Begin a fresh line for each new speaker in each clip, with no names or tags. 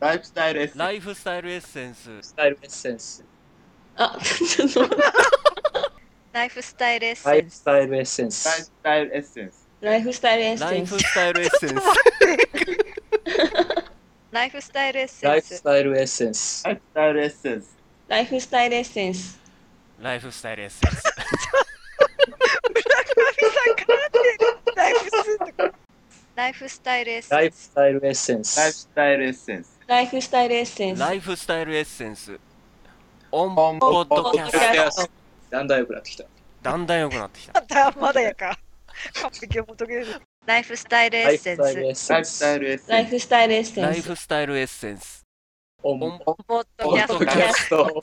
ライフスタイルエッセンス。
ライフスタイルエッセンス。
スタイルエッセンス。
あ、ちょっと待って
ライフスタイルエッ
ラ
セ
イ
ン
フ
ス
ス。タイルエッセン
ライフ
ス
ス。タイルエッセンス。
ライフスタイルエッ
ラ
セ
イ
ンス
フ。スタイルエッセンス。
ライフスタイルエッセ
ライ
ン
フス
ス。
タイルエッセンス
ラ。イフスタイルエッセンス。
ライフスタイル
ライフ
エッセンス。
スタイルエッセンス。
ライフスライフスタイルエッ
ラ
セ
イ
ン
フ
ス。
スタイルエッセン
ライフ
ス。
スタイルエッセンス。
ライフスタイルエッセンス。
ライフスタイルエッセンス。オンポッドキャス
オンポッドキャ
ト
ス。
だんだん良くなってきた。
だんだん良くなってきた。
まだやか。完璧を求める。
ライフスタイルエ
ライ
ッ
フ
セ
ス
ン
タイル
ス。
エッ
ラ
セ
イ
ン
フスタイ
ス。
ルエッセ
ラ
ン
イ
ス。
フスタイルエッセ
ライフスタイルエッセ
ンス。
ンス。
オ
オン
ン
ポッ
ポッドキャ
ド
ス
キ
ト。
ャ
スト。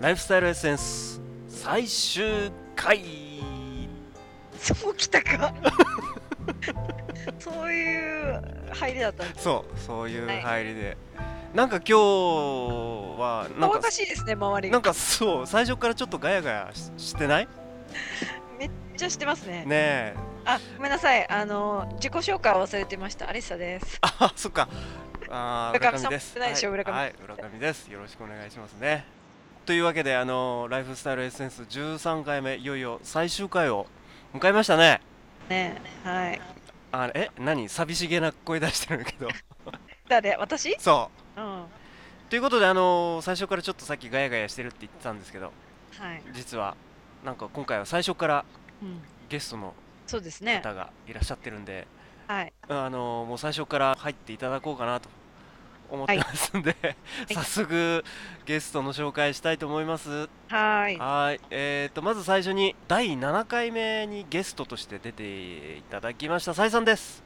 ライフスタイルエッセンス最終回
そうきたか。そういう入りだったんです。
そう、そういう
はい
入りで。なんか今日は、なん
お
か
か、しいですね、周り
な
が
ん。かそう、最初からちょっとガヤガヤししてない
めっちゃしてますね。
ねえ。
あ、ごめんなさい。あの、自己紹介を忘れてました。アリサです。
あ、そっか。あー
村上
村上です。
さんも来てないでしょ
はい
村上
はい、村上です。よろしくお願いしますね。というわけで、あのライフスタイルエッセンス13回目、いよいよ最終回を迎えましたね。
ね、はい。
あえ、何寂しげな声出してるけ ど。
誰、私。
そう。
うん。は
ということであのー最初からちょっとさっきガヤガヤしてるって言ってたんですけど
い。
実はなんか今回は最初から
うん。
ゲストの
そうですね。
方がいらっしゃってるんで、
はい。
あのーもう最初から入っていただこうかなと思ってますんで、
い
早速ゲストの紹介したいと思いますは
はー
い
い。
えー、とまず最初に第7回目にゲストとして出ていただきましたサイさんです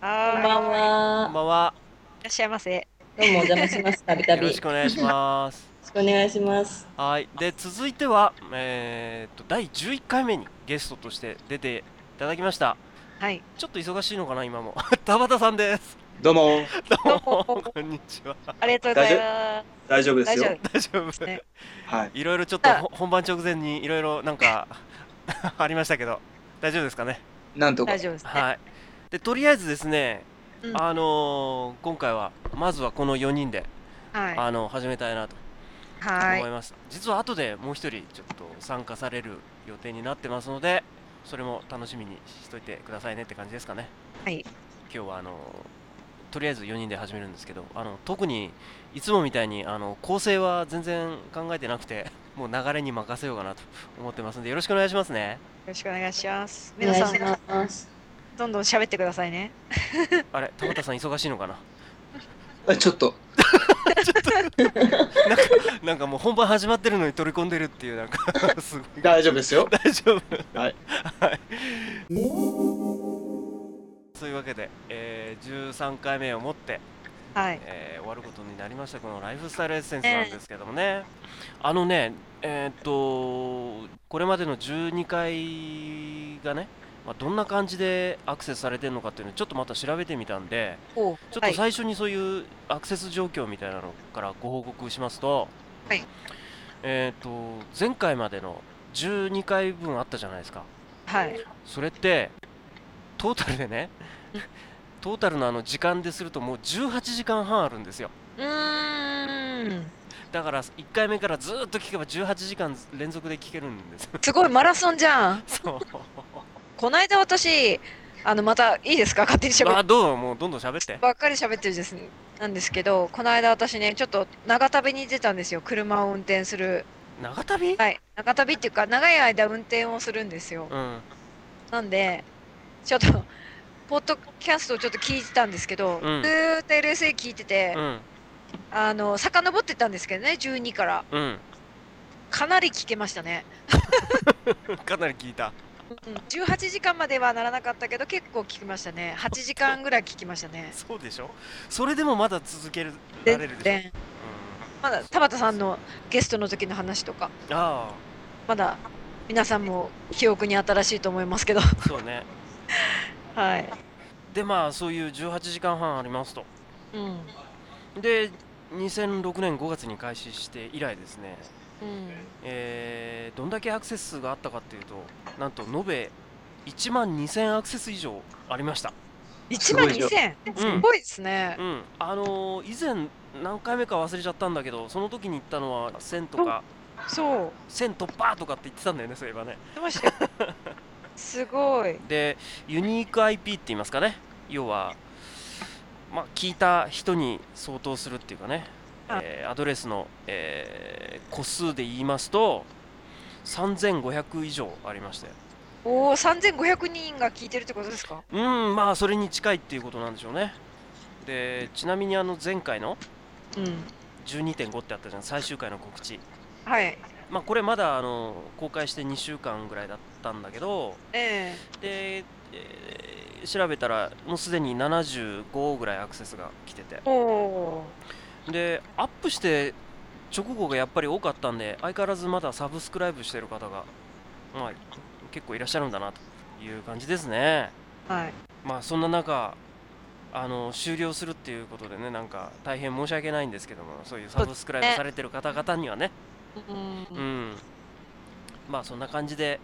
こんば
はーい。
こ
ん
ん
は。
ばんはい
らっしゃいませ。
どうもお邪魔します。たびた
よ
び。
ろ
よ
しくお願いします
ろしくお願いします。
はい、で続いては、えー、と第11回目にゲストとして出ていただきました
はい。
ちょっと忙しいのかな今も 田畑さんです
どうも、
どうも
どうも
こんにちは
ありがとうございま
大丈夫
す。
です
大丈
よ
夫。
大丈
です
夫
ね。
はい。
いろいろちょっとほ本番直前にいろいろなん かありましたけど大丈夫ですかね
なんとか
大。丈夫ですね。
はいでとりあえずですね、
うん
あのー今回はまずはこの4人で、
は
あの始めたいなと
い。は
思
い
い。ます、実は後でもう一人ちょっと参加される予定になってますのでそれも楽しみにしといてくださいねって感じですかね
はい
今日はあのとりあえず4人で始めるんですけどあの特にいつもみたいにあの構成は全然考えてなくて もう流れに任せようかなと思ってますんでよろしくお願いしますね
よろしくお願いします。
お
皆
願
さ
いし
ん、
ます。
どんどん喋ってくださいね。
あれ田畑さん忙しいのかな
あちょっと、
なんかなんかもう本番始まってるのに取り込んでるっていうなんか すごい
大丈夫ですよ。
大丈夫
はい、
はい、そういうわけで、えー、13回目をもって、
はい。
えー終わることになりましたこのライフスタイルエッセンスなんですけどもね、あのねえーっとこれまでの12回がね、まあ、どんな感じでアクセスされてるのかっていうのをちょっとまた調べてみたんで
おう
ちょっ
は
と
い。
最初にそういうアクセス状況みたいなのからご報告しますと、
はい
えーっと前回までの12回分あったじゃないですか
はい。
それってトータルでね
うん
トータルのあの時間でするともう18時間半あるんですよ
うーん。
だから1回目からずーっと聞けば18時間連続で聞けるんです
すごいマラソンじゃん。
そう
こないだ私、あの、またいいですか勝手に喋
あ
っ。
どうももうどんどん喋ってて
ばっかり喋ってるですね。なんですけど、この間私ね、ちょっと長旅に出たんですよ。車を運転する。
長旅、
はい。長旅っていうか、長い間運転をするんですよ。
うん
なんで、ちょっと、ポッドキャストをちょっと聞いてたんですけど、
うん
ずーっと LSA 聞いてて、
うん
あの、遡ってたんですけどね、12から。
うん
かなり聞けましたね。
かなり聞いた
うん、18時間まではならなかったけど結構聞きましたね8時間ぐらい聞きましたね
そうでしょそれでもまだ続けられ
全
るでしょ、
然まだ田畑さんのゲストの時の話とか
うん、あ
まだ皆さんも記憶に新しいと思いますけど
あそうね
はい、
でまあそういう18時間半ありますと
うんうん、
で2006年5月に開始して以来ですねえーどんだけアクセス数があったかっていうとなんと延べ1万2000アクセス以上ありました
1
すご
万
いじゃん
2000すごいですね
う。んあのー以前何回目か忘れちゃったんだけどその時に行ったのは1000とか
そう。
1000突破とかって言ってたんだよねそういえばね
言ってましたよすごい。
でユニーク IP って言いますかね要は、まあ、聞いた人に相当するっていうかね、
あ
えーアドレスの、えー個数で言いますと3500以上ありまして
おお、3500人が聞いてるってことですか
うんまあそれに近いっていうことなんでしょうねでちなみにあの前回の
うん。
12.5ってあったじゃん最終回の告知
はい。
まあこれまだあの公開して2週間ぐらいだったんだけど
ええ
で、えー調べたらもうすでに75ぐらいアクセスが来てて
おお
でアップして直後がやっぱり多かったんで相変わらずまだサブスクライブしてる方が、まあ、結構いらっしゃるんだなという感じですね
ー。はい。
まあそんな中あの終了するっていうことでねなんか大変申し訳ないんですけどもそういうサブスクライブされてる方々にはね
うん
うんまあそんな感じで、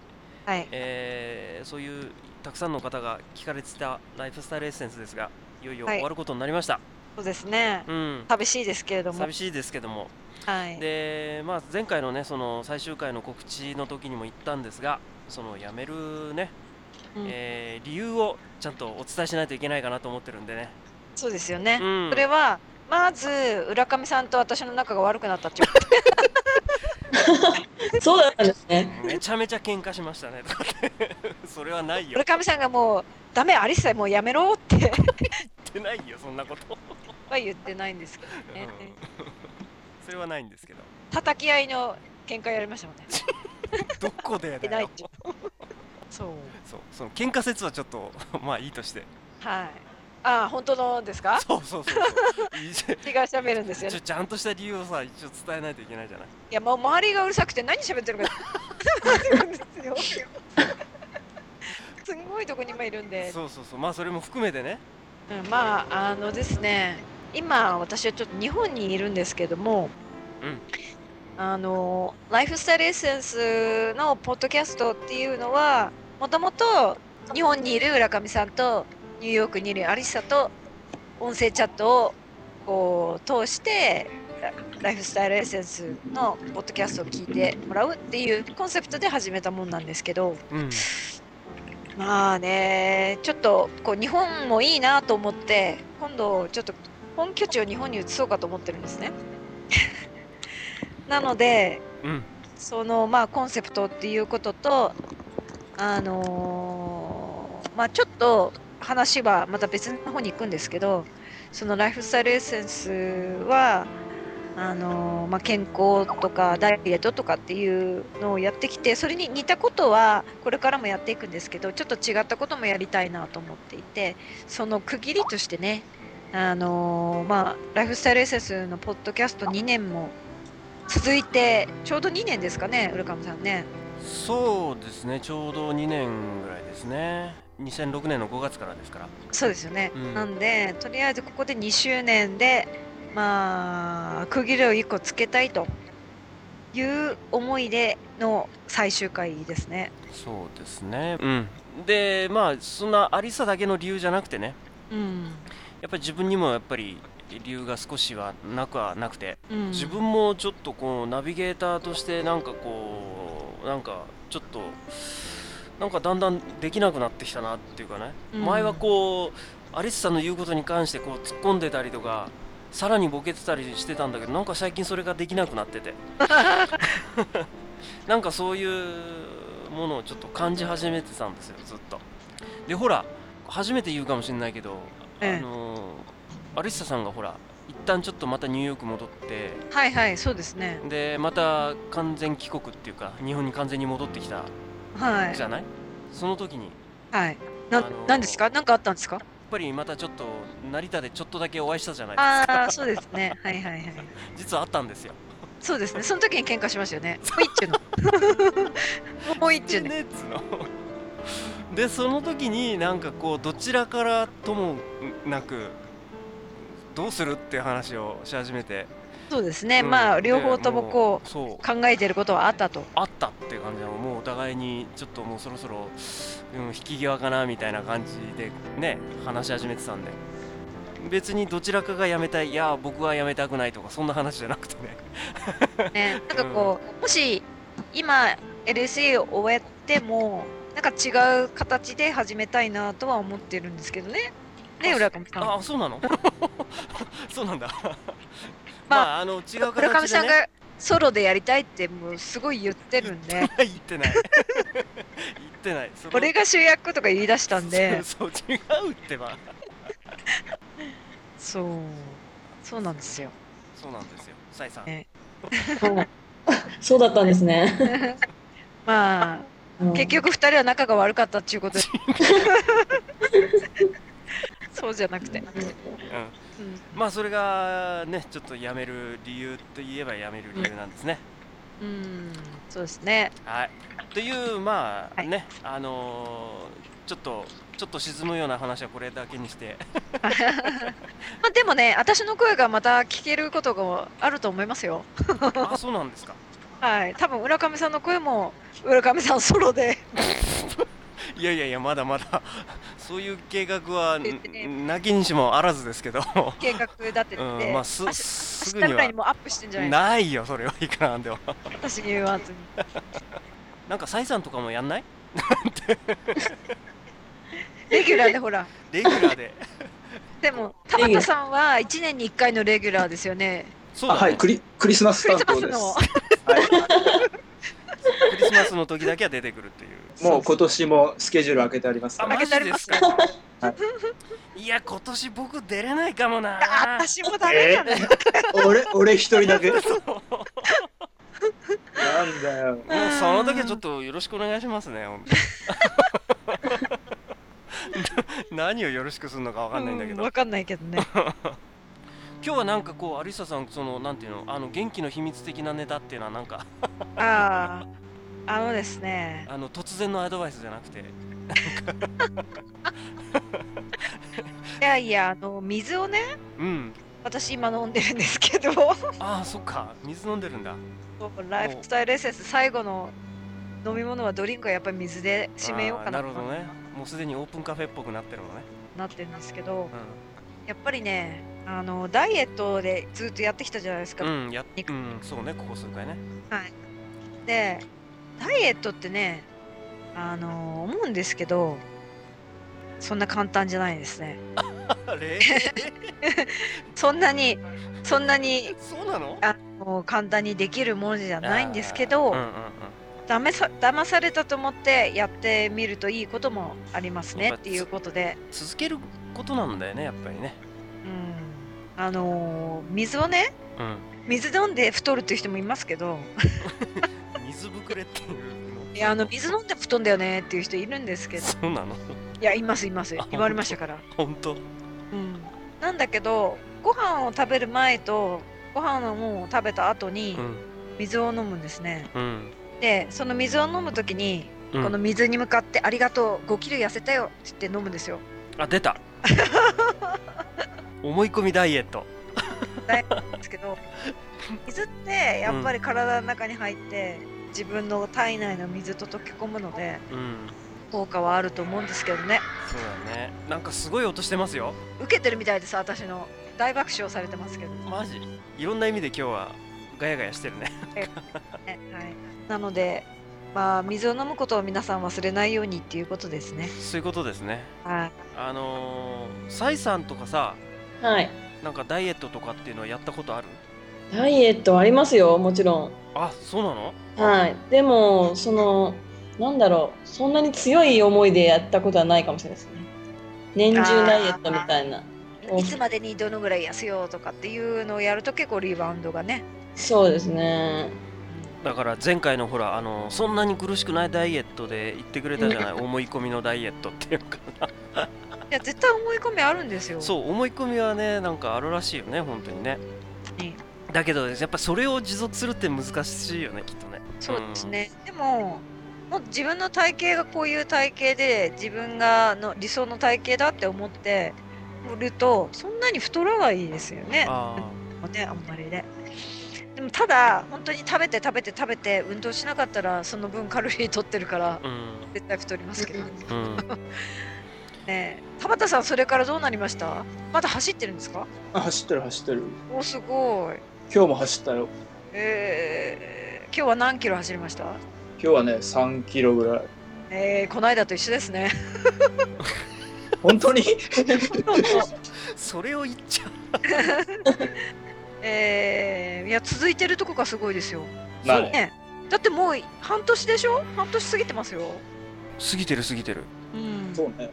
はい。
えーそういうたくさんの方が聞かれてたライフスタイルエッセンスですがいよいよ
はい
終わることになりました、
そうですね。
うん
寂しいですけれども。
寂しいですけども
はい。
で、まあ、前回のねその最終回の告知の時にも言ったんですがその辞めるね、
うん
えー理由をちゃんとお伝えしないといけないかなと思ってるんでね、
そうですよね。
うん
それは、まず、浦上さんと私の仲が悪くなっ たっていうこと。
そうだったんですね。
めちゃめちゃ喧嘩しましたね とかってそれはないよ
浦上さんがもう、ダメ、アリサもうやめろって
言ってないよそんなこと、
は言ってないんですけど
うん
ね。
それはないんですけど
叩き合いの喧嘩やりましたもんね。
どこで
いな
だ
い
よ
っていう。 そう。
そうその喧嘩説はちょっと まあいいとして
はい。ああ、本当のですか
そうそうそう そういいじゃん
私が喋るんですよ
ち
ね
ょ。ちゃんとした理由をさ一応伝えないといけないじゃない
いや、もう周りがうるさくて何喋っ てるか わかんないですよ。すんごいとこに今いるんで、
そうそうそうまあそれも含めてね
うん、まああのですね今私はちょっと日本にいるんですけども、
うん
あのライフスタイルエッセンスのポッドキャストっていうのはもともと日本にいる浦上さんとニューヨークにいるアリサと音声チャットをこう通してラライフスタイルエッセンスのポッドキャストを聞いてもらうっていうコンセプトで始めたもんなんですけど、
うん
まあね、ちょっとこう日本もいいなと思って、今度ちょっと本拠地を日本に移そうかと思ってるんですね。 なので、
うん
そのまあコンセプトっていうことと、あのーまあちょっと話はまた別の方に行くんですけど、そのライフスタイルエッセンスは、あのーまあ、健康とかダイエットとかっていうのをやってきてそれに似たことはこれからもやっていくんですけどちょっと違ったこともやりたいなと思っていてその区切りとしてね、あのーまあ、ライフスタイルエッセンスのポッドキャスト2年も続いてちょうど2年ですかね浦上さんね。
そうですねちょうど2年ぐらいですね2006年の5月からですから
そうですよね、
うん
なんでとりあえずここで2周年でまあ区切りを1個つけたいという思いでの最終回ですね。
そうですねうんでまあそんなありさだけの理由じゃなくてね
うん
やっぱり自分にもやっぱり理由が少しはなくはなくて、
うん、
自分もちょっとこうナビゲーターとしてなんかこうなんかちょっとなんかだんだんできなくなってきたなっていうかね、
うん
前はこうアリスさんの言うことに関してこう突っ込んでたりとかさらにボケてたりしてたんだけどなんか最近それができなくな っててなんかそういうものをちょっと感じ始めてたんですよずっとでほら初めて言うかもしれないけど、
ええ
あのーアリスさんがほら一旦ちょっとまたニューヨーク戻って
はいはいそうですね
でまた完全帰国っていうか日本に完全に戻ってきた
はい
じゃない、その時にや
はいな
あのー
なんですか何かあったんですか
っぱりまたちょっと成田でちょっとだけお会いしたじゃないですか
ああそうですねはいはいはい
実はあったんですよ
そうですねその時に喧嘩しましたよねもう 一中の もう一中
で
ね
ねっつうのでその時になんかこうどちらからともなくどうするっていう話をし始めて、
そうですね、
うん
まあ
で
両方ともこ
うそう
う考えてることはあったと
あったっていう感じでもうもうお互いにちょっともうそろそろ、うん、引き際かなみたいな感じでね話し始めてたんで別にどちらかが辞めたいいや僕は辞めたくないとかそんな話じゃなくてね
ね、なんかこう、もし今 LSE を終えてもなんか違う形で始めたいなとは思ってるんですけどね。ね、
あ
浦上さん。
あそうなの そうなんだま
ま
あ
あ、
あ、の違う
浦上
形で
さん
ね、
がソロでやりたいってもうすごい言ってるんで
言ってない言ってないその
俺が主役とか言い出したんで、
そうそう違うってば
そう、そうなんですよ。
そうなんですよサイさん、
ね
はい。そうだったんですね。
まあ、
うん
結局二人は仲が悪かったっていう ことで。そうじゃなくて。
うん、
うん
まあそれがねちょっと辞める理由といえば辞める理由なんですね、
うん、そうですね。
はいというまあ
はい
ね、あのーちょっとちょっと沈むような話はこれだけに して
まあでもね、私の声がまた聞けることがあると思いますよ。
あそうなんですか
はい、多分浦上さんの声も浦上さんソ ロで
いやいやいやまだまだ そういう計画は
言ってね
なきにしもあらずですけど、
計画立てて、
うん、まあす
明日
す
明
ぐ
日
に
ぐらいに
は
もうアップしてんじゃないの
ないよそれはいくらなんでも
私に言わずに。
なんかサイさんとかもやんない
レギュラーでほら。
レギュラー で
でも、田畑さんは1年に1回のレギュラーですよね。
そう
あ
だ、ね
はいクリ、クリスマス
クリ
担当
スマス
です。
の
は。
クリスマスの時だけは出てくるっていう
い、 もう今年もスケジュール開けてありますか
あ
ら。
負
マ
け
ジ
てあります
ですかいや今年僕出れないかもな
あ私もダメだね。
俺、俺一人だけ。なん
そうもう
だよ。
その時はちょっとよろしくお願いしますね本当に な何をよろしくするのかわかんないんだけ
う
ど
わかんないけど ね。
今日はなんかこう有沙さんそのなんていうのあの元気の秘密的なネタっていうのは なんか
ああ、あのですね。
あの突然のアドバイスじゃなくて
いやいや、あの水をね、
うん
私今飲んでるんですけど、
ああそっか水飲んでるんだ
ライフスタイルエッセンス最後の飲み物はドリンクはやっぱり水で締めようかな
あーるほどねもうすでにオープンカフェっぽくなってるのね
なってるんですけど、
う
やっぱりね、あのダイエットでずっとやってきたじゃないですか。
ん、うん、やっうんそうねここ数 回ね
で、ダイエットってね、あの思うんですけど、そんな簡単じゃないですね。
あ れ
そんなに、そんなに
そうなの
あの簡単にできるものじゃないんですけ
あー
ど、
うんうん
だめさ騙されたと思ってやってみるといいこともありますねっていうことで。
うん、続けることなんだよねやっぱりね
うんあのー水をね
うん
水飲んで太るっていう人もいますけど
水ぶくれっていうの
いやあの水飲んで太んだよねっていう人いるんですけど
そうなの
いやいますいます
あ
言われましたから、
本当
うん、なんだけどご飯を食べる前とご飯をもう食べた後に
うん
水を飲むんですね、
うん
でその水を飲む時に、
うん
この水に向かって「ありがとう5キロ痩せたよ」って飲むんですよ
あ出 た思い込みダイエット
です けど水ってやっぱり体の中に入って、自分の体内の水と溶け込むので
うん
効果はあると思うんですけどね
そうだねなんかすごい音してますよ
受けてるみたいです私の大爆笑されてますけど、
マジいろんな意味で今日はガヤガヤしてるね
ねはい、なのでまあ水を飲むことを皆さん忘れないようにっていうことですね
そういうことですね
はい
あのー、サイさんとかさ
はい。
なんかダイエットとかっていうのはやったことある
ダイエットありますよ、もちろん。
あそうなの
はい。でも、その、なんだろう、そんなに強い思いでやったことはないかもしれないですね。年中ダイエットみたいな。
いつまでにどのぐらい痩せようとかっていうのをやると結構リバウンドがね
そうです ね。
だから前回のほらあのそんなに苦しくないダイエットで言ってくれた じゃない思い込みのダイエットっていうか
いや絶対思い込みあるんですよ
そう思い込みはねなんかあるらしいよね本当にね
ね
だけどやっぱそれを持続するって難しいよねきっとね
そうですね、でももう自分の体型がこういう体型で自分がの理想の体型だって思ってるとそんなに太らないですよね
あ
もうねあんまりねでもただ本当に食べて食べて食べて運動しなかったらその分カロリー取ってるから
うん
絶対太りますけどね
うん
え田畑さんそれからどうなりましたまだ走ってるんですか
あ走ってる走ってる
おすごい
今日も走ったよ
えー、今日は何キロ走りました
今日はね3キロぐらい
えー、この間と一緒ですね
本当に
それを言っちゃう
えー、いや続いてるとこがすごいですよ
まあ
そう
ね
ねだってもう半年でしょ半年過ぎてますよ
過ぎてる過ぎてる
うん
そうね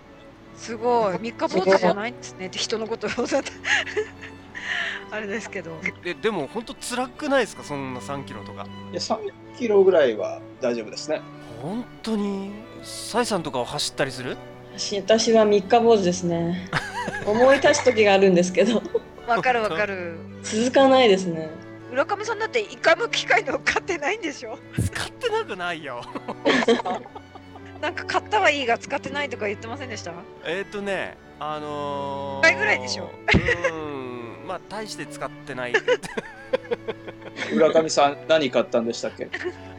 すごい三日坊主じゃないんですねって人のことを あれですけど
えでも本当辛くないですかそんな3キロとか
いや3キロぐらいは大丈夫ですね
本当にサイさんとかを走ったりする
私私は三日坊主ですね思い出す時があるんですけど
わかるわかる
続かないですね
浦上さんだって一回も機械乗っかってないんでしょ
使ってなくない よ
なんか買ったはいいが使ってないとか言ってませんでした
えっとねあのー、
倍ぐらいでしょ
うーんまあ大して使って ない
浦上さ ん何買ったんでしたっけ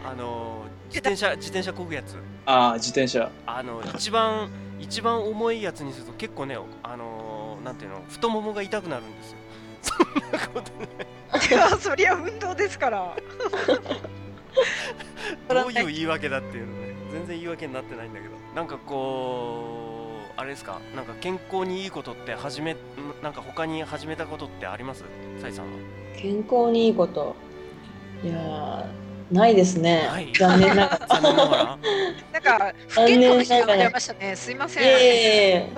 あのー、自転車自転車こぐやつ
ああ自転車
あの一番一番重いやつにすると結構ねあのー、なんていうの太ももが痛くなるんですよそんなこと
いやそりゃ運動ですから
どういう言い訳だっていうのね全然言い訳になってないんだけどなんかこうあれですかなんか健康にいいことって始めんなんか他に始めたことってありますサイさんは
健康にいいこといやーないですね
ない
残念ながら
残念ながら
なんか不健康な人が出ましたねすいません
いえいえいえ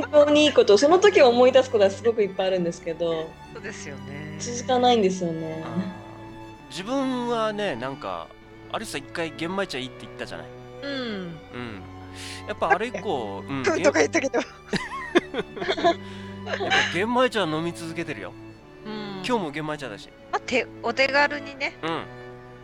健康にいいことその時を思い出すことはすごくいっぱいあるんですけど
そうですよね
続かないんですよね
あー自分はねなんかあれさ一回玄米茶いいって言ったじゃない
うん
うんやっぱあれ以降、 うん、
うんとか言ったけど
やっぱ玄米茶飲み続けてるよ
うん
今日も玄米茶だし
まあ手お手軽にね
うん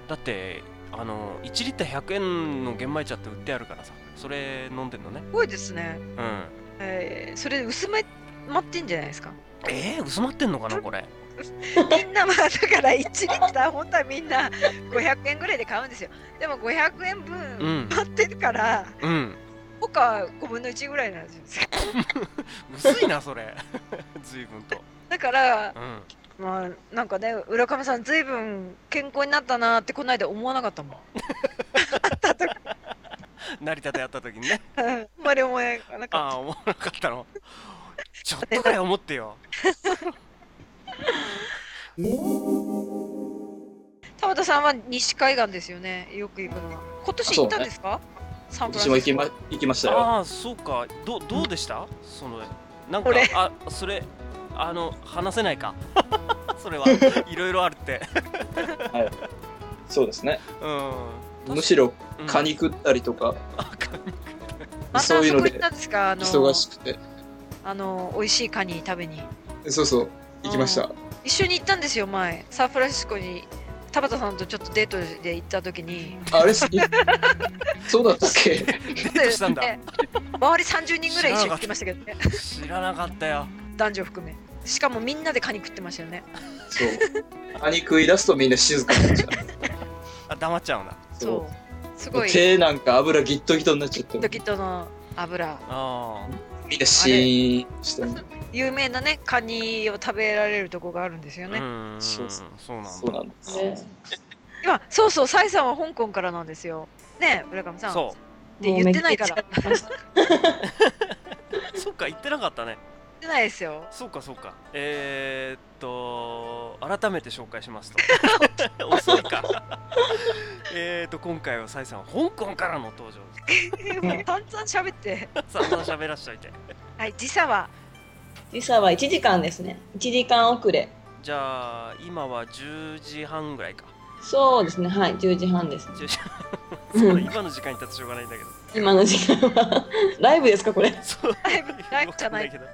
だってあの1リッター100円の玄米茶って売ってあるからさそれ飲んでんのね
すごいですね
うん
えーそれ薄めまってんじゃないですか
えー、薄まってんのかなこれ
みんなまあだから1リッター本当はみんな500円ぐらいで買うんですよでも500円
う
分
ん
買ってるから
うん
他は5分の1ぐらいなんですよ
薄いなそれ 随分と
だから
うん
まあなんかね浦上さんずいぶん健康になったなってこの間思わなかったもん
成田でやった時にね
あんまり思えな
あ
か
あ思わなかったのちょっとぐらい思ってよ
った田畑さんは西海岸ですよねよく行くのは今年行ったんですか、サンフラン
私
シ
も行
スコ
きま行きましたよ
ああそうかどどうでしたそのなんか
これ
あそれあの話せないか それはいろいろあるって
そうですね
うん
むしろ
うん
カニ食ったりとか
あカニ
また
そういうので
あそこ行ったんですかあの
忙しくて、
あの美味しいカニ食べに
そうそう行きました
一緒に行ったんですよ前サンフランシスコに田畑さんとちょっとデートで行った時に
あれすそうだったっけ
デートしたんだ
ね周り30人ぐらい一緒に行ってましたけどね
知らなかったよ
男女含めしかもみんなでカニ食ってましたよね
そうカニ食い出すとみんな静かになっちゃ
あ黙っちゃうんだ
う
そうすごい
手なんか油ギットギトになっちゃって
ドキッとの油
ああ
みんなシーンしてる
有名なねカニを食べられるとこがあるんですよね、
うんうん
そうそ
そうなんだ
そうなんです
ね
今そうそうサイさんは香港からなんですよね村上さん
そ
って言ってないから
も
言
うめっちゃ
うそっか言ってなかったね
ってないですよ
そうかそうかえー、っと改めて紹介しますと遅いかえーっと今回はサイさん香港からの登場で
もう散々喋って
すさんざん喋らしといて
はい時差は
時差は1時間ですね1時間遅れ
じゃあ今は10時半ぐらいか
そうですねはい10時半です
10時半
うん
そうだ今の時間に立つしょうがないんだけど
今の時間は ライブですかこれ
そう
ライブライブじゃな
わ
い
かんけど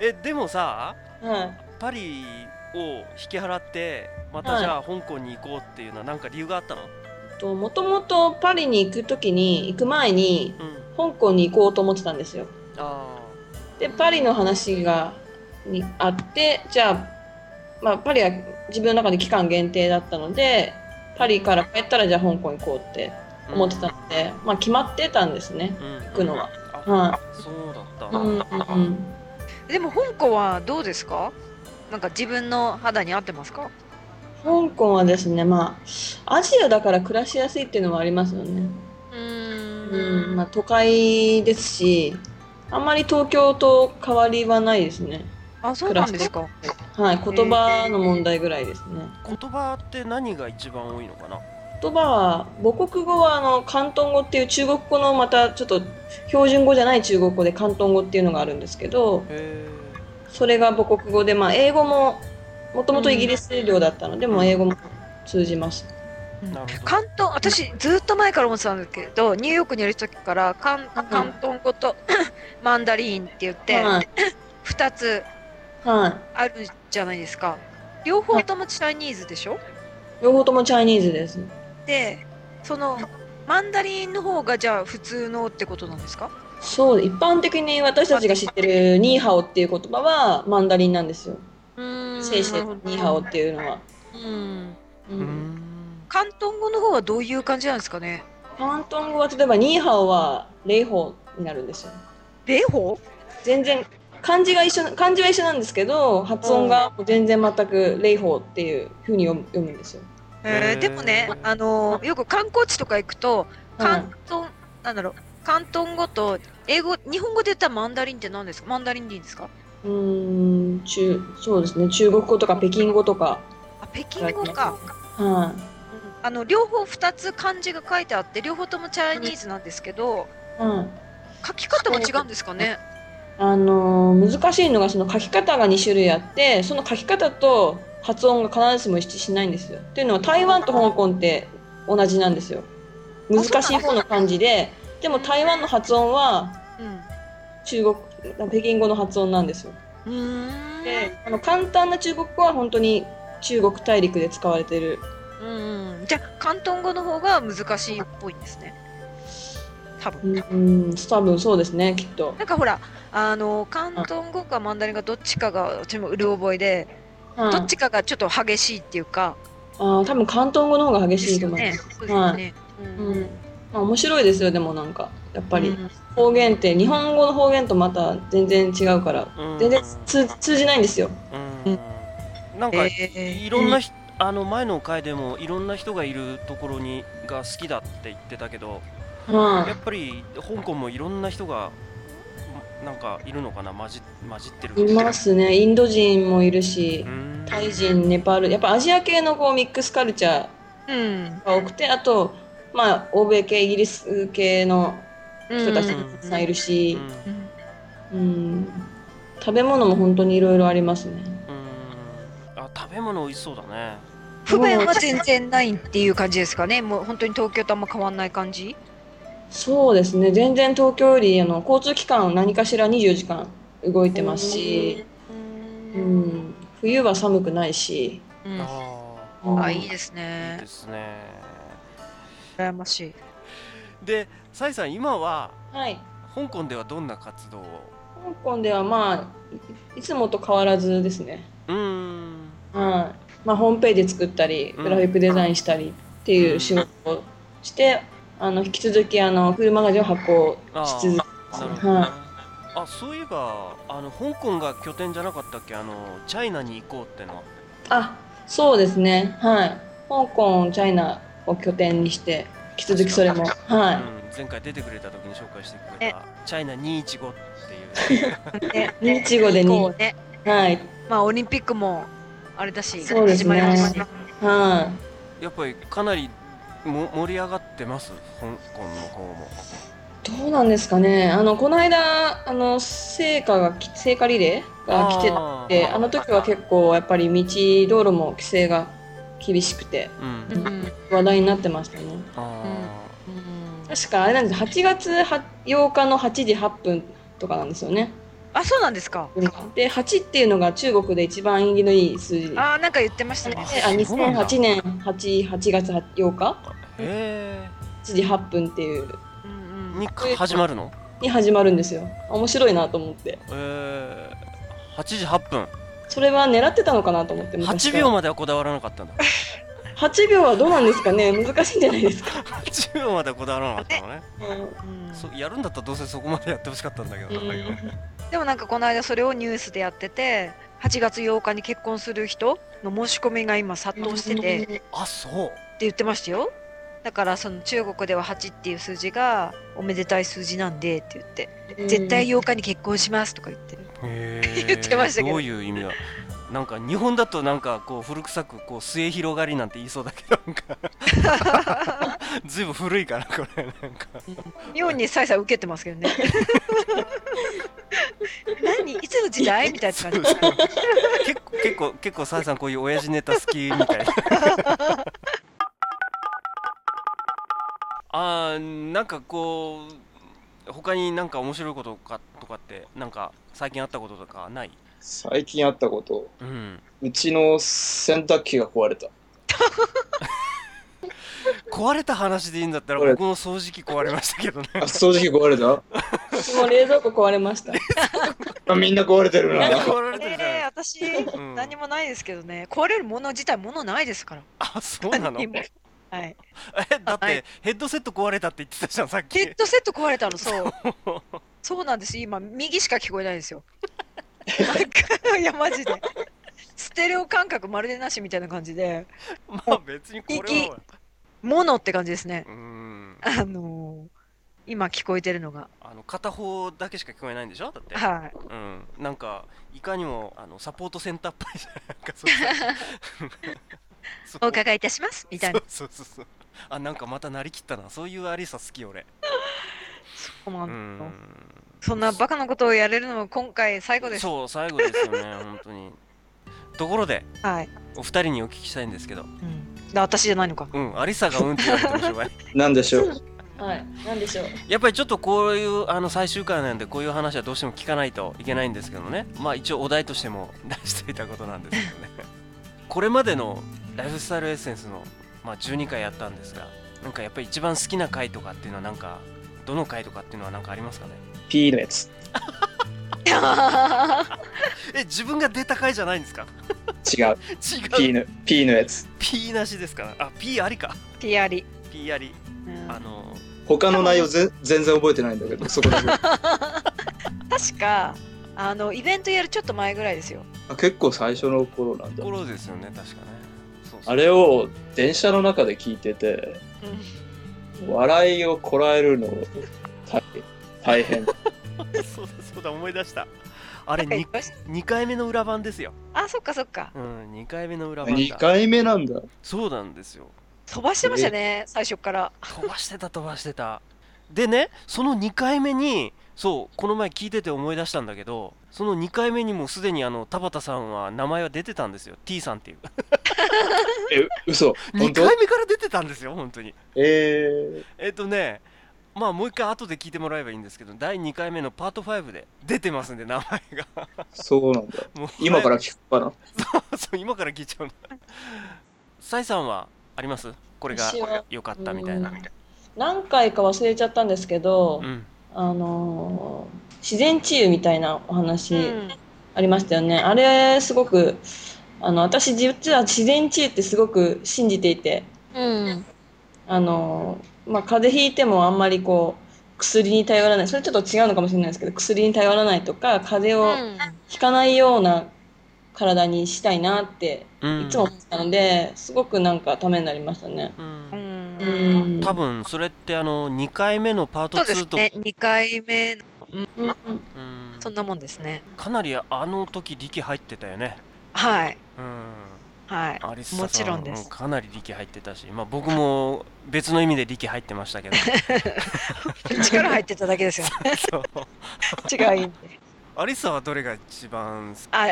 えでもさ
は
パリを引き払ってまたじゃあ香港に行こうっていうのは何か理由があったの、
いともともとパリに行く時に行く前に
うん
香港に行こうと思ってたんですよ
あ
でパリの話がにあってじゃあまあ、パリは自分の中で期間限定だったのでパリから帰ったらじゃあ香港行こうって思ってたので、まあ、決まってたんですね。
行
行くのは。
あ
は
そうだった
い、うん
だ。
んうん
でも香港はどうですかなんか自分の肌に合ってますか
香港はですね、まあ、アジアだから暮らしやすいっていうのもありますよね。
うー
うんんまあ、都会ですし、あんまり東京と変わりはないですね。
あそうなんですか
はい、言葉の問題ぐらいですね。
言葉って何が一番多いのかな。
言葉は、母国語はあの広東語っていう中国語のまたちょっと標準語じゃない中国語で広東語っていうのがあるんですけど、
へ
それが母国語で、まあ、英語ももともとイギリス領だったので、もう英語も通じます。
え。なるほど。
関東私ずっと前から思ってたんだけどニューヨークにいる時から関関東語と マンダリンって言って
はい、
2つ
はい、
あるじゃないですか両方ともチャイニーズでしょ
両方ともチャイニーズです。
でそのマンダリンの方がじゃあ普通のってことなんですか
そう一般的に私たちが知ってるニーハオっていう言葉はマンダリンなんですよ。せいせいニーハオっていうのは。
うん
う
うー
ん、
ん
広東語の方はどういう感じなんですかね
広東語は例えばニーハオは礼法になるんですよ。
礼法
全然漢字が一緒漢字は一緒なんですけど発音が全然全く礼法っていう風に読む読むんですよ。
え
へー
ー、でもね、あのーよく観光地とか行くと、
はい
広東、なんだろう、広東語と英語、日本語で言ったらマンダリンって何ですかマンダリンでいいんですか
うーん中そうですね中国語とか北京語とか。
あ、北京語か。
は
あの、両方2つ漢字が書いてあって、両方ともチャイニーズなんですけど、
い、はい
書き方も違うんですかね
あのー難しいのがその書き方が2種類あってその書き方と発音が必ずしも一致しないんですよ。っていうのは台湾と香港って同じなんですよ。難しい方の漢字ででも台湾の発音は
うん。う
中国北京語の発音なんですよ。
ーん。
であの簡単な中国語は本当に中国大陸で使われてる
うんうん。じゃあ、広東語の方が難しいっぽいんですね。多分。
うん多分そうですねきっと。
なんかほら、あの、広東語かマンダリンかどっちかが、私もうる覚えで、
はい
どっちかがちょっと激しいっていうか、
あー多分広東語の方が激
で
しい
す
と
よ
思いま
ね。
す。
そうですよね。うん
うんまあ、面白いですよでもなんかやっぱり。
うん
方言って日本語の方言とまた全然違うから
うん
全然通通じないんですよ。
うんなんか、
えー
いろんなひ、あの前の回でもいろんな人がいるところにが好きだって言ってたけど、や
は
っぱり香港もいろんな人がんなんかいるのかな混じ混じってる。
い、いますねインド人もいるし
うーん。
タイ人ネパールやっぱアジア系のこうミックスカルチャ
うん
ーが多くてあとまあ欧米系イギリス系の人たちもたくさんいる
う
し
ん、
うん
うん、食べ物も本当にいろいろありますね。
うんあ食べ物美味しそうだね。
不便は全然ないっていう感じですかね。もう本当に東京とあんま変わんない感じ。
そうですね全然東京よりあの交通機関何かしら24時間動いてますし、う
うん
ん、冬は寒くないし。
あ
うん
あ、いいです
あいい
ね
で。すね。
羨ましい。
で、サイさん今は
はい
香港ではどんな活動を？
香港ではまあいいつもと変わらずですね、
うーん。
はいまあ、ホームページ作ったり
うん
グラフィックデザインしたりっていう仕事をして、あの引き続きあのフルマガジンを発行し続
なる
け
ほどね、
は
あそういえばあの香港が拠点じゃなかったっけあのチャイナに行こうってのは、
いあそうですねはい香港チャイナを拠点にして引き続きそれも
う
は
ん、前回出てくれた時に紹介してくれたチャイナ215っていう
ね
い日語で
こ
に
うね。
はい
まあオリンピックもあれだし、
そうですね
始まりますね
は
やっぱりかなりも盛り上がってます香港の方も
いどうなんですかねあのこの間あの聖火がき聖火リレーが来てた
あ
であの時は結構やっぱり道道路も規制が厳しくて
構、うん
うんうん
話題になってましたね
あ
確かあれなんです8月8日の8時8分とかなんですよね
あ、そうなんですか。
で8っていうのが中国で一番縁起のいい数字であ
あー、なんか言ってましたね。
そうなんだ
2008年 8, 8月8日
ーへ
8時8分っていう
うん
え
うん
にか始まるの
に始まるんですよ面白いなと思って
えー、8時8分
それは狙ってたのかなと思って昔
8
から
秒まではこだわらなかったんだ
8秒はどうなんですかね難しいんじゃないですか、
8秒まではこだわらなかったのね
うん
うん
そやるんだったらどうせそこまでやってほしかったんだけどな
でもなんかこの間それをニュースでやってて8月8日に結婚する人の申し込みが今殺到しててって
あそう
言ってましたよだからその中国では8っていう数字がおめでたい数字なんでって言って絶対8日に結婚しますとか言ってる
へ
言ってましたけど
どういう意味だなんか日本だとなんかこう古臭くこう末広がりなんて言いそうだけどなんか ずいぶん古いからこれなんか
妙にさいさい受けてますけどね何いつの時代みたいな感じ
そうそう結構結構結構さやさんこういう親父ネタ好きみたいあーなんかこう他になんか面白いことかとかってなんか最近あったこととかない
最近あったこと、
うん
うちの洗濯機が壊れた。
壊れた話でいいんだったら
これ
僕の掃除機壊れましたけどね
あ、掃除機壊れた
私も冷蔵庫壊れま した
あみんな壊れてるな。
壊られてるじゃない
ええ私、
ん
何もないですけどね壊れるもの自体ものないですから
あそうなの
何もはい
えだっ
は
て
い
ヘッドセット壊れたって言ってたじゃんさっ
ヘ
き
ッドセット壊れたの、そう。そうなんです、今、右しか聞こえないですよ。なんかいや、マジで。ステレオ感覚まるでなしみたいな感じで、
まあ別にこれは
モノって感じですね。
うん
あのー今聞こえてるのが。
あの片方だけしか聞こえないんでしょだって
はい。
うん、なんかいかにもあのサポートセンターっぽいじゃないなんかそうそう
お伺いいたします、みたいな。
そうそうそうそうあなんかまたなりきったなそういうアリサ好き俺
そうな
うん
ですよ
ん
そんなバカなことをやれるのは今回最後です。
そう最後ですよね 本当にところで
はい。
お二人にお聞きしたいんですけど
うん、だ私じゃない のか。
うんアリサがうんって言われてもしょうがない
なんでしょう。
はいなんでしょう
やっぱりちょっとこういうあの最終回なんでこういう話はどうしても聞かないといけないんですけどねまあ一応お題としても出していたことなんです けどねこれまでのライフスタイルエッセンスの、まあ、12回やったんですがなんかやっぱり一番好きな回とかっていうのはなんかどの回とかっていうのはなんかありますかね
ピーのやつ。
え自分が出た回じゃないんですか
違う。
違う
ピーの、ピーのやつ。
ピーなしですからあピーありか
ピアリ。
ピーあり
うん
あの
他の内容ぜ全然覚えてないんだけど、そこだけ。
確か、あの、イベントやるちょっと前ぐらいですよ。
あ結構最初の頃なんだ。
心ですよね確かねそうそう
あれを電車の中で聞いてて、笑いをこらえるの大大 変。
そうだそうだ思い出したあれ
なんか言
に
いました
2回目の裏番ですよ
あ、そっかそっか。
うん2回目の裏番
2
だ
回目なんだ。
そうなんですよ
飛ばしてましたね、最初から。
飛ばしてた飛ばしてたでねその2回目にそうこの前聞いてて思い出したんだけどその2回目にもうすでにあの田畑さんは名前は出てたんですよ T さんっていう
え、嘘。
2
本当
回目から出てたんですよ本当に
えー、
えっとねまあもう一回後で聞いてもらえばいいんですけど第2回目のパート5で出てますんで名前が
そうなんだ。
もう
今から聞くかな。
そう今から聞いちゃうなサイさんはありますこれが
私は
良かったみたいな
うん何回か忘れちゃったんですけど、
うん
あのー自然治癒みたいなお話
うん
ありましたよね、あれすごくあの私実は自然治癒ってすごく信じていて
うん。
あのー、まあ、風邪ひいてもあんまりこう薬に頼らないそれちょっと違うのかもしれないですけど薬に頼らないとか風邪をひかないような体にしたいなって
うん
いつも思ってたので、すごくなんかためになりましたね。
うん
うん
う
う
ん
ん。
多分それってあの2回目のパート
そうで
2
す
と、
ね。二回目の、
うんうん
うん
そんなもんですね。
かなりあの時力入ってたよね
はい。
うん
はい。
アリス
もちろんです
うかなり力入ってたし、まあ、僕も別の意味で力入ってま したけど
力入ってただけ ですよ。
そう
違う意味で。
アリサはどれが一番好
あ、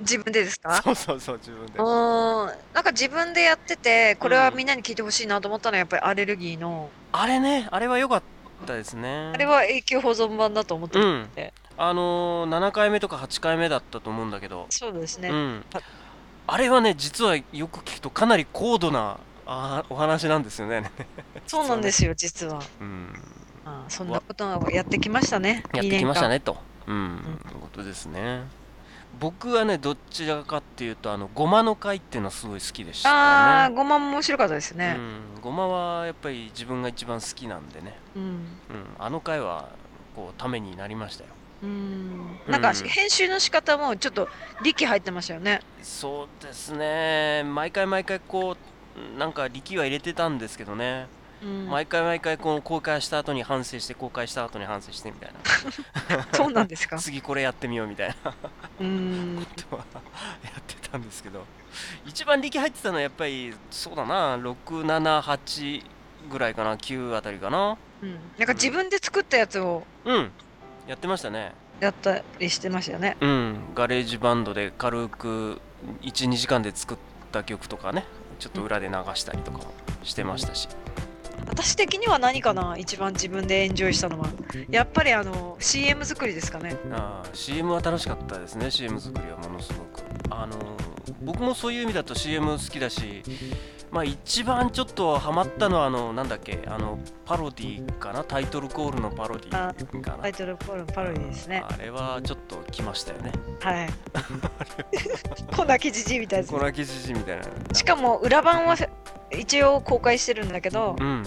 自分でですか
きそうそうそう自分で
うーん。なんか自分でやってて、これはみんなに聞いてほしいなと思ったのは、やっぱりアレルギーの、
あれねあれは良かったですね
あれは永久保存版だと思って
う
る。
んあのー、7回目とか8回目だったと思うんだけど、
そうです
う
ね。
んあれはね実はよく聞くとかなり高度なあお話なんですよね
そうなんですよ、実は。
うん
あそんなことをやってきましたね。
やっ
二
てき
年
ました
間。
ねと。うん、ということですね。僕はねどちらかっていうとあのごまの会っていうのはすごい好きでしたね
ああ、ごまも面白かったですね。
うん、ごまはやっぱり自分が一番好きなんでね、
うん。
うん、あの回はこうためになりましたよ
うん。なんか、
うん
編集の仕方もちょっと力入ってましたよね。
そうですね毎回毎回こうなんか力は入れてたんですけどね、
うん。
毎回毎回この公開した後に反省して公開した後に反省してみたい な
そうなんですか。
次これやってみようみたいな
うん。
ことはやってたんですけど一番力入ってたのはやっぱりそうだな678ぐらいかな9あたりかな
うん。なんか自分で作ったやつを
うんやってましたね
やったりしてましたよね。
うん、ガレージバンドで軽く12時間で作った曲とかねちょっと裏で流したりとかもしてましたし、
私的には何かな一番自分でエンジョイしたのはやっぱりあの CM 作りですかね
ああ CM は楽しかったですね CM 作りはものすごくあの僕もそういう意味だと CM 好きだしまあ一番ちょっとハマったのはあのなんだっけあのパロディかなタイトルコールのパロディ
あ
かな
タイトルコールのパロディですね
あれはちょっと来ましたよね
はいこんだけじじいみたいです
粉木じじみたいな
しかも裏版は一応公開してるんだけど
うん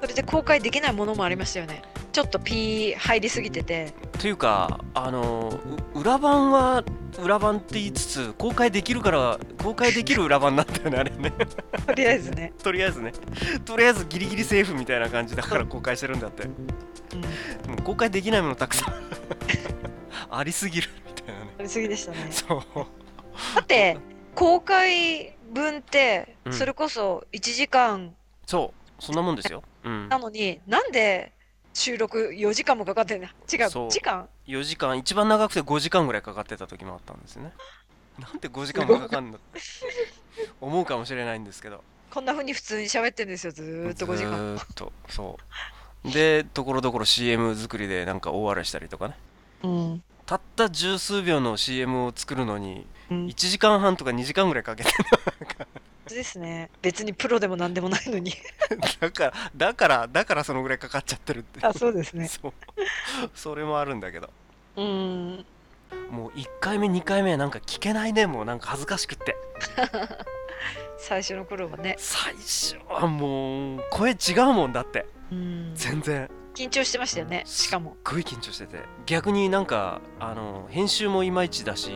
それで公開できないものもありましたよねちょっと P 入りすぎてて
というかあのう裏版は裏版って言いつつ公開できるから公開できる裏版なんだよねあれね
とりあえずね、
とりあえずねとりあえずギリギリセーフみたいな感じだから公開してるんだっても
うん、
う公開できないものたくさん ありすぎるみたいなね
入りすぎでしたね
そう
だって公開分って
うん
それこそ1時間
そうそんなもんですよ、うん
な、のになんで収録4時間もかかってんの違う
そう
時間
4時間一番長くて5時間ぐらいかかってた時もあったんですねなんで5時間もかかんのって思うかもしれないんですけど
こんな風に普通に喋ってんですよずーっと5時間
ずーっとそうでところどころ CM 作りでなんか大荒れしたりとかね
うん
たった十数秒の CM を作るのに
うん
1時間半とか2時間ぐらいかけて
ですね別にプロでも何でもないのに
だからだからだからそのぐらいかかっちゃってるって
あそうですね
そうそれもあるんだけど
うん
もう1回目2回目なんか聞けないねもうなんか恥ずかしくって
最初の頃はね
最初はもう声違うもんだって
うん
全然
緊張してましたよねしかも
すっごい緊張してて逆になんかあの編集もいまいちだし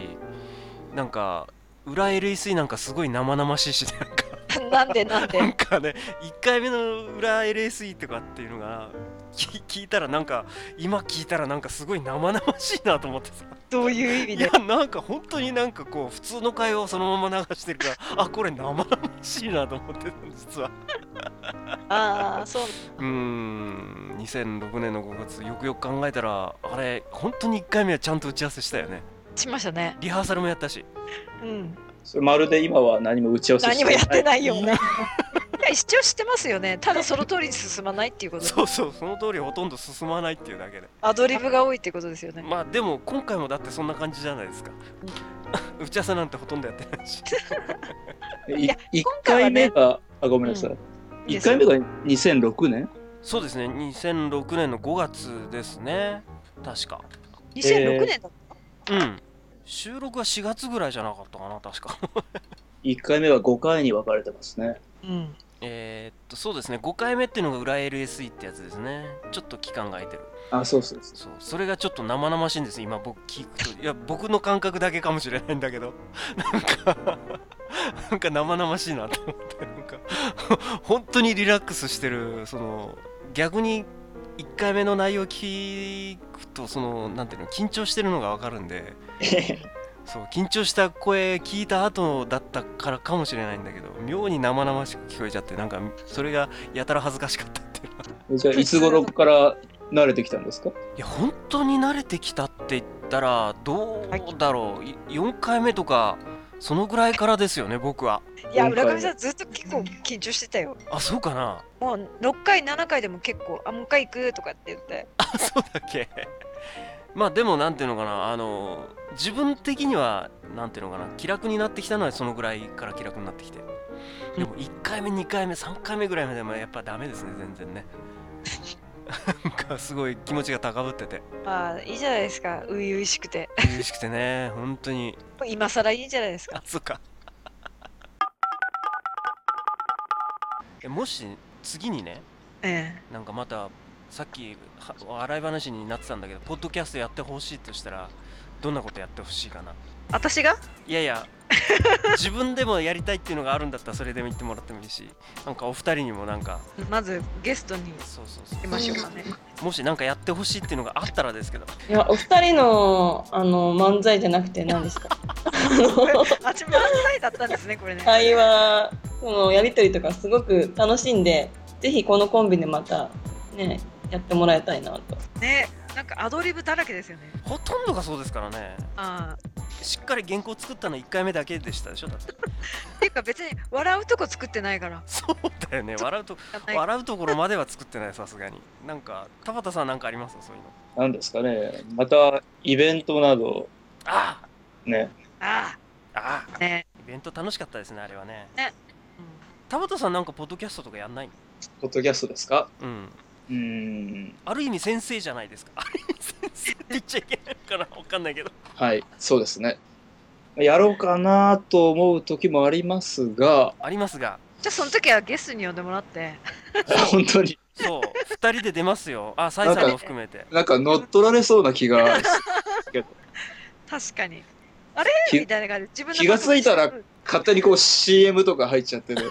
なんか裏 LEC なんかすごい生々しいしなんか
なんでなん
な ん
で
かね1回目の裏 LSE とかっていうのが聞聞いたらなんか今聞いたらなんかすごい生々しいなと思ってさ
どういう意味
い
で
やなんか本当になんかこう普通の会話をそのまま流してるからあこれ生々しいなと思ってた実は
ああそう
うーん2006年の5月よくよく考えたらあれ本当に1回目はちゃんと打ち合わせしたよね
しましたね
リハーサルもやったし
うん
それまるで今は何も打ち合わせ
何もやって ないよ
い
ねいや一応知ってますよねただその通りに進まないっていうこと
そうそうその通りほとんど進まないっていうだけで
アドリブが多いってことですよね
まあでも今回もだってそんな感じじゃないですか 打ち合わせなんてほとんどやってないし
い
や
1
今回は
回
ね
目が、あ、ごめんなさい。
いいで
1
すよ
回目が2006年
そうですね2006年の5月ですね確か
2006年だった
うん収録は4月ぐらいじゃなかったかな確か
1回目は5回に分かれてますね。
うん
えーっとそうですね5回目っていうのが裏 LSE ってやつですねちょっと期間が空いてる
あ、そうそうそう。
そうそれがちょっと生々しいんです今僕聞くといや僕の感覚だけかもしれないんだけど なんかなんか生々しいなと思ってなんか 本当にリラックスしてるその逆に1回目の内容聞くとそのなんていうの緊張してるのが分かるんでそう緊張した声聞いた後だったからかもしれないんだけど妙に生々しく聞こえちゃってなんかそれがやたら恥ずかしかったっていうの
じゃあ、いつ頃から慣れてきたんですか
いや本当に慣れてきたって言ったらどうだろう、い4回目とかそのぐらいからですよね僕はい
や
今回
村上さんずっと結構緊張してたよ
あそうかな
もう6回7回でも結構「あもう一回行く」とかって言って
あそうだっけまあでもなんていうのかなあの自分的にはなんていうのかな気楽になってきたのはそのぐらいから気楽になってきてでも1回目2回目3回目ぐらいまでもやっぱダメですね全然ねなんかすごい気持ちが高ぶってて
まあいいじゃないですか初々しくて
嬉しくてね本当に
今更いいじゃないですか
あそっか えもし次にね
え
なんかまたさっきは笑い話になってたんだけどポッドキャストやってほしいとしたらどんなことやってほしいかな
え私が
いやい や自分でもやりたいっていうのがあるんだったらそれでも言ってもらってもいいしなんかお二人にもなんか
まずゲストに
そうそうそう
出ましょうか ね
もしなんかやってほしいっていうのがあったらですけど
いやお二人のあの漫才じゃなくて何 ですかあの
あちまいだったんですねこれね
会話そのやりとりとかすごく楽しんでぜひこのコンビでまたねやってもらいたいなと
ねなんかアドリブだらけですよね
ほとんどがそうですからね
ああ
しっかり原稿作ったの1回目だけでしたでしょだって
っていうか別に笑うとこ作ってないから
そうだよね笑うと
ない
笑うところまでは作ってないさすがになんか田畑さんなんかありますそういうの
なんですかね。また、イベントなど、
あ
ね。
あ
ああ
あね
あイベント楽しかったですねあれはね
うん
田畑さんなんかポッドキャストとかやんないの
ポッドキャストですか
うん
うーん。
ある意味先生じゃないですか ある意味先生って言っちゃいけないのかなわかんないけど
はい。そうですね。やろうかなと思う時もありますが、
ありますが
じゃあその時はゲストに呼んでもらって
本当に
そう2人で出ますよあサイさんも含めて
なんか乗っ取られそうな気が、
確かにあれ
気
みたいな感じで自分の
気がついたら
ことを
勝手にこう CM とか入っちゃ ってる。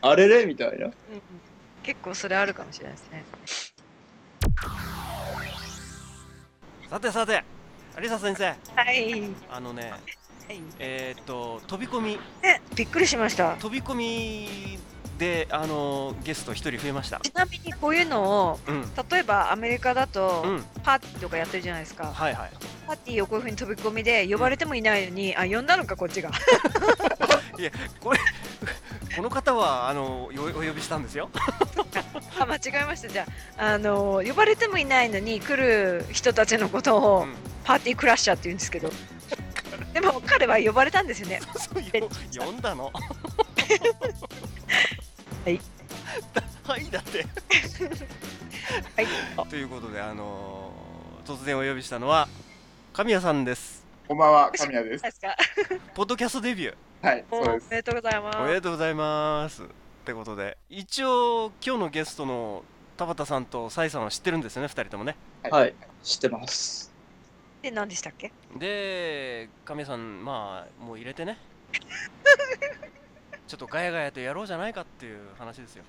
あれれみたいな。
うんうん結構それあるかもしれないですね
さてさて有沙先生
はい、はい、
あのねえーっと飛び込み
えびっくりしました
飛び込みであのゲスト1人増えました
ちなみにこういうのを
うん
例えばアメリカだと、
うん
パーティーとかやってるじゃないですか
はいはい
パーティーをこういうふうに飛び込みで呼ばれてもいないのにあ呼んだのかこっちが
この方はあのよお呼びしたんですよ
あ間違えましたじゃあ、あの呼ばれてもいないのに来る人たちのことを、
うん
パーティークラッシャーって言うんです けどでも彼は呼ばれたんですよね
そうよ読ん だの。
い
だ。 はいだって。
はい
ということであのー突然お呼びしたのは神谷さんです。
こんばんは、神谷です
で。すか
ポッドキャストデビュー
はい、そ
お
うで
め
す。
でとうございます
おめでとうございます。ってことで一応今日のゲストの田畑さんとサイさんは知ってるんですよね二人ともね。
はい。知ってます。
で何でしたっけ
で神谷さんまあもう入れて ね。ちょっとガヤガヤとやろうじゃないかっていう話ですよ。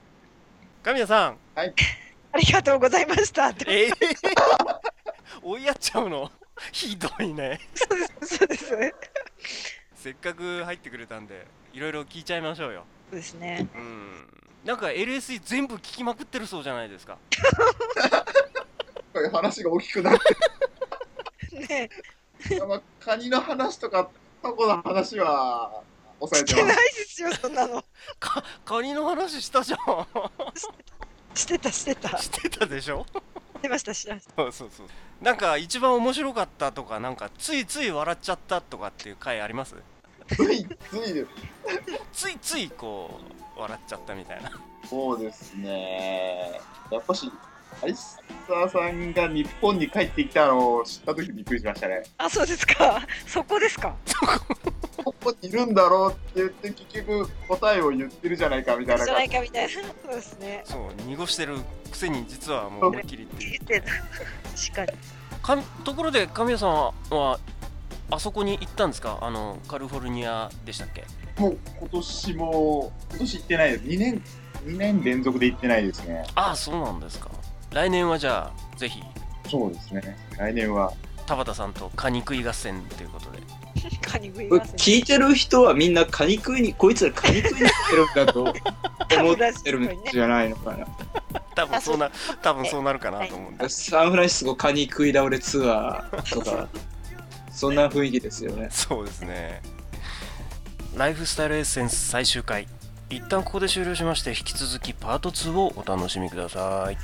神谷さん。
ありがとうございましたって
ええ追いやっちゃうのひどいね
そうですそうですそう
せっかく入ってくれたんでいろいろ聞いちゃいましょうよ
ですね
うんなんか LSE 全部聞きまくってるそうじゃないですか
これ話が大きくなって、
ね
まあ、カニの話とか、タコの話は、抑え
しててな
ま
い
す。
ですよそんなの
かカニの話したじゃん
してたしてた し
してたでしょ
てましたしてました
そうそうそうなんか一番面白かったとかなんかついつい笑っちゃったとかっていう回あります
ついついです。
ついついこう笑っちゃったみたい な
そうですね。やっぱし、アリスターさんが日本に帰ってきたのを知った時びっくりしましたね。
あそうですかそこですか
ここにいるんだろうって言って、結局答えを言ってるじゃないかみたいな
じゃな
感
いかみたいなそうです ね
そう濁してるくせに実はもう思いっきりっていう
聞いてた確かに
かんところで神谷さんはあそこに行ったんですかあのカリフォルニアでしたっけ
じ。もう今年も、今年行ってないです。2年、2年連続で行ってないですね。
ああそうなんですか来年はじゃあぜひ
そうですね。来年は。
田畑さんとカニ食い合戦ということで
カニ食い
これ
ますね
聞いてる人はみんなカニ食いに、こいつらカニ食いに来てるん だと思ってるんじゃないのかな。
多分そうな多分そうなるかなと思うんで
サンフランシスコカニ食い倒れツアーとか、そんな雰囲気ですよね。
そうですねライフスタイルエッセンス最終回一旦ここで終了しまして引き続きパート2をお楽しみください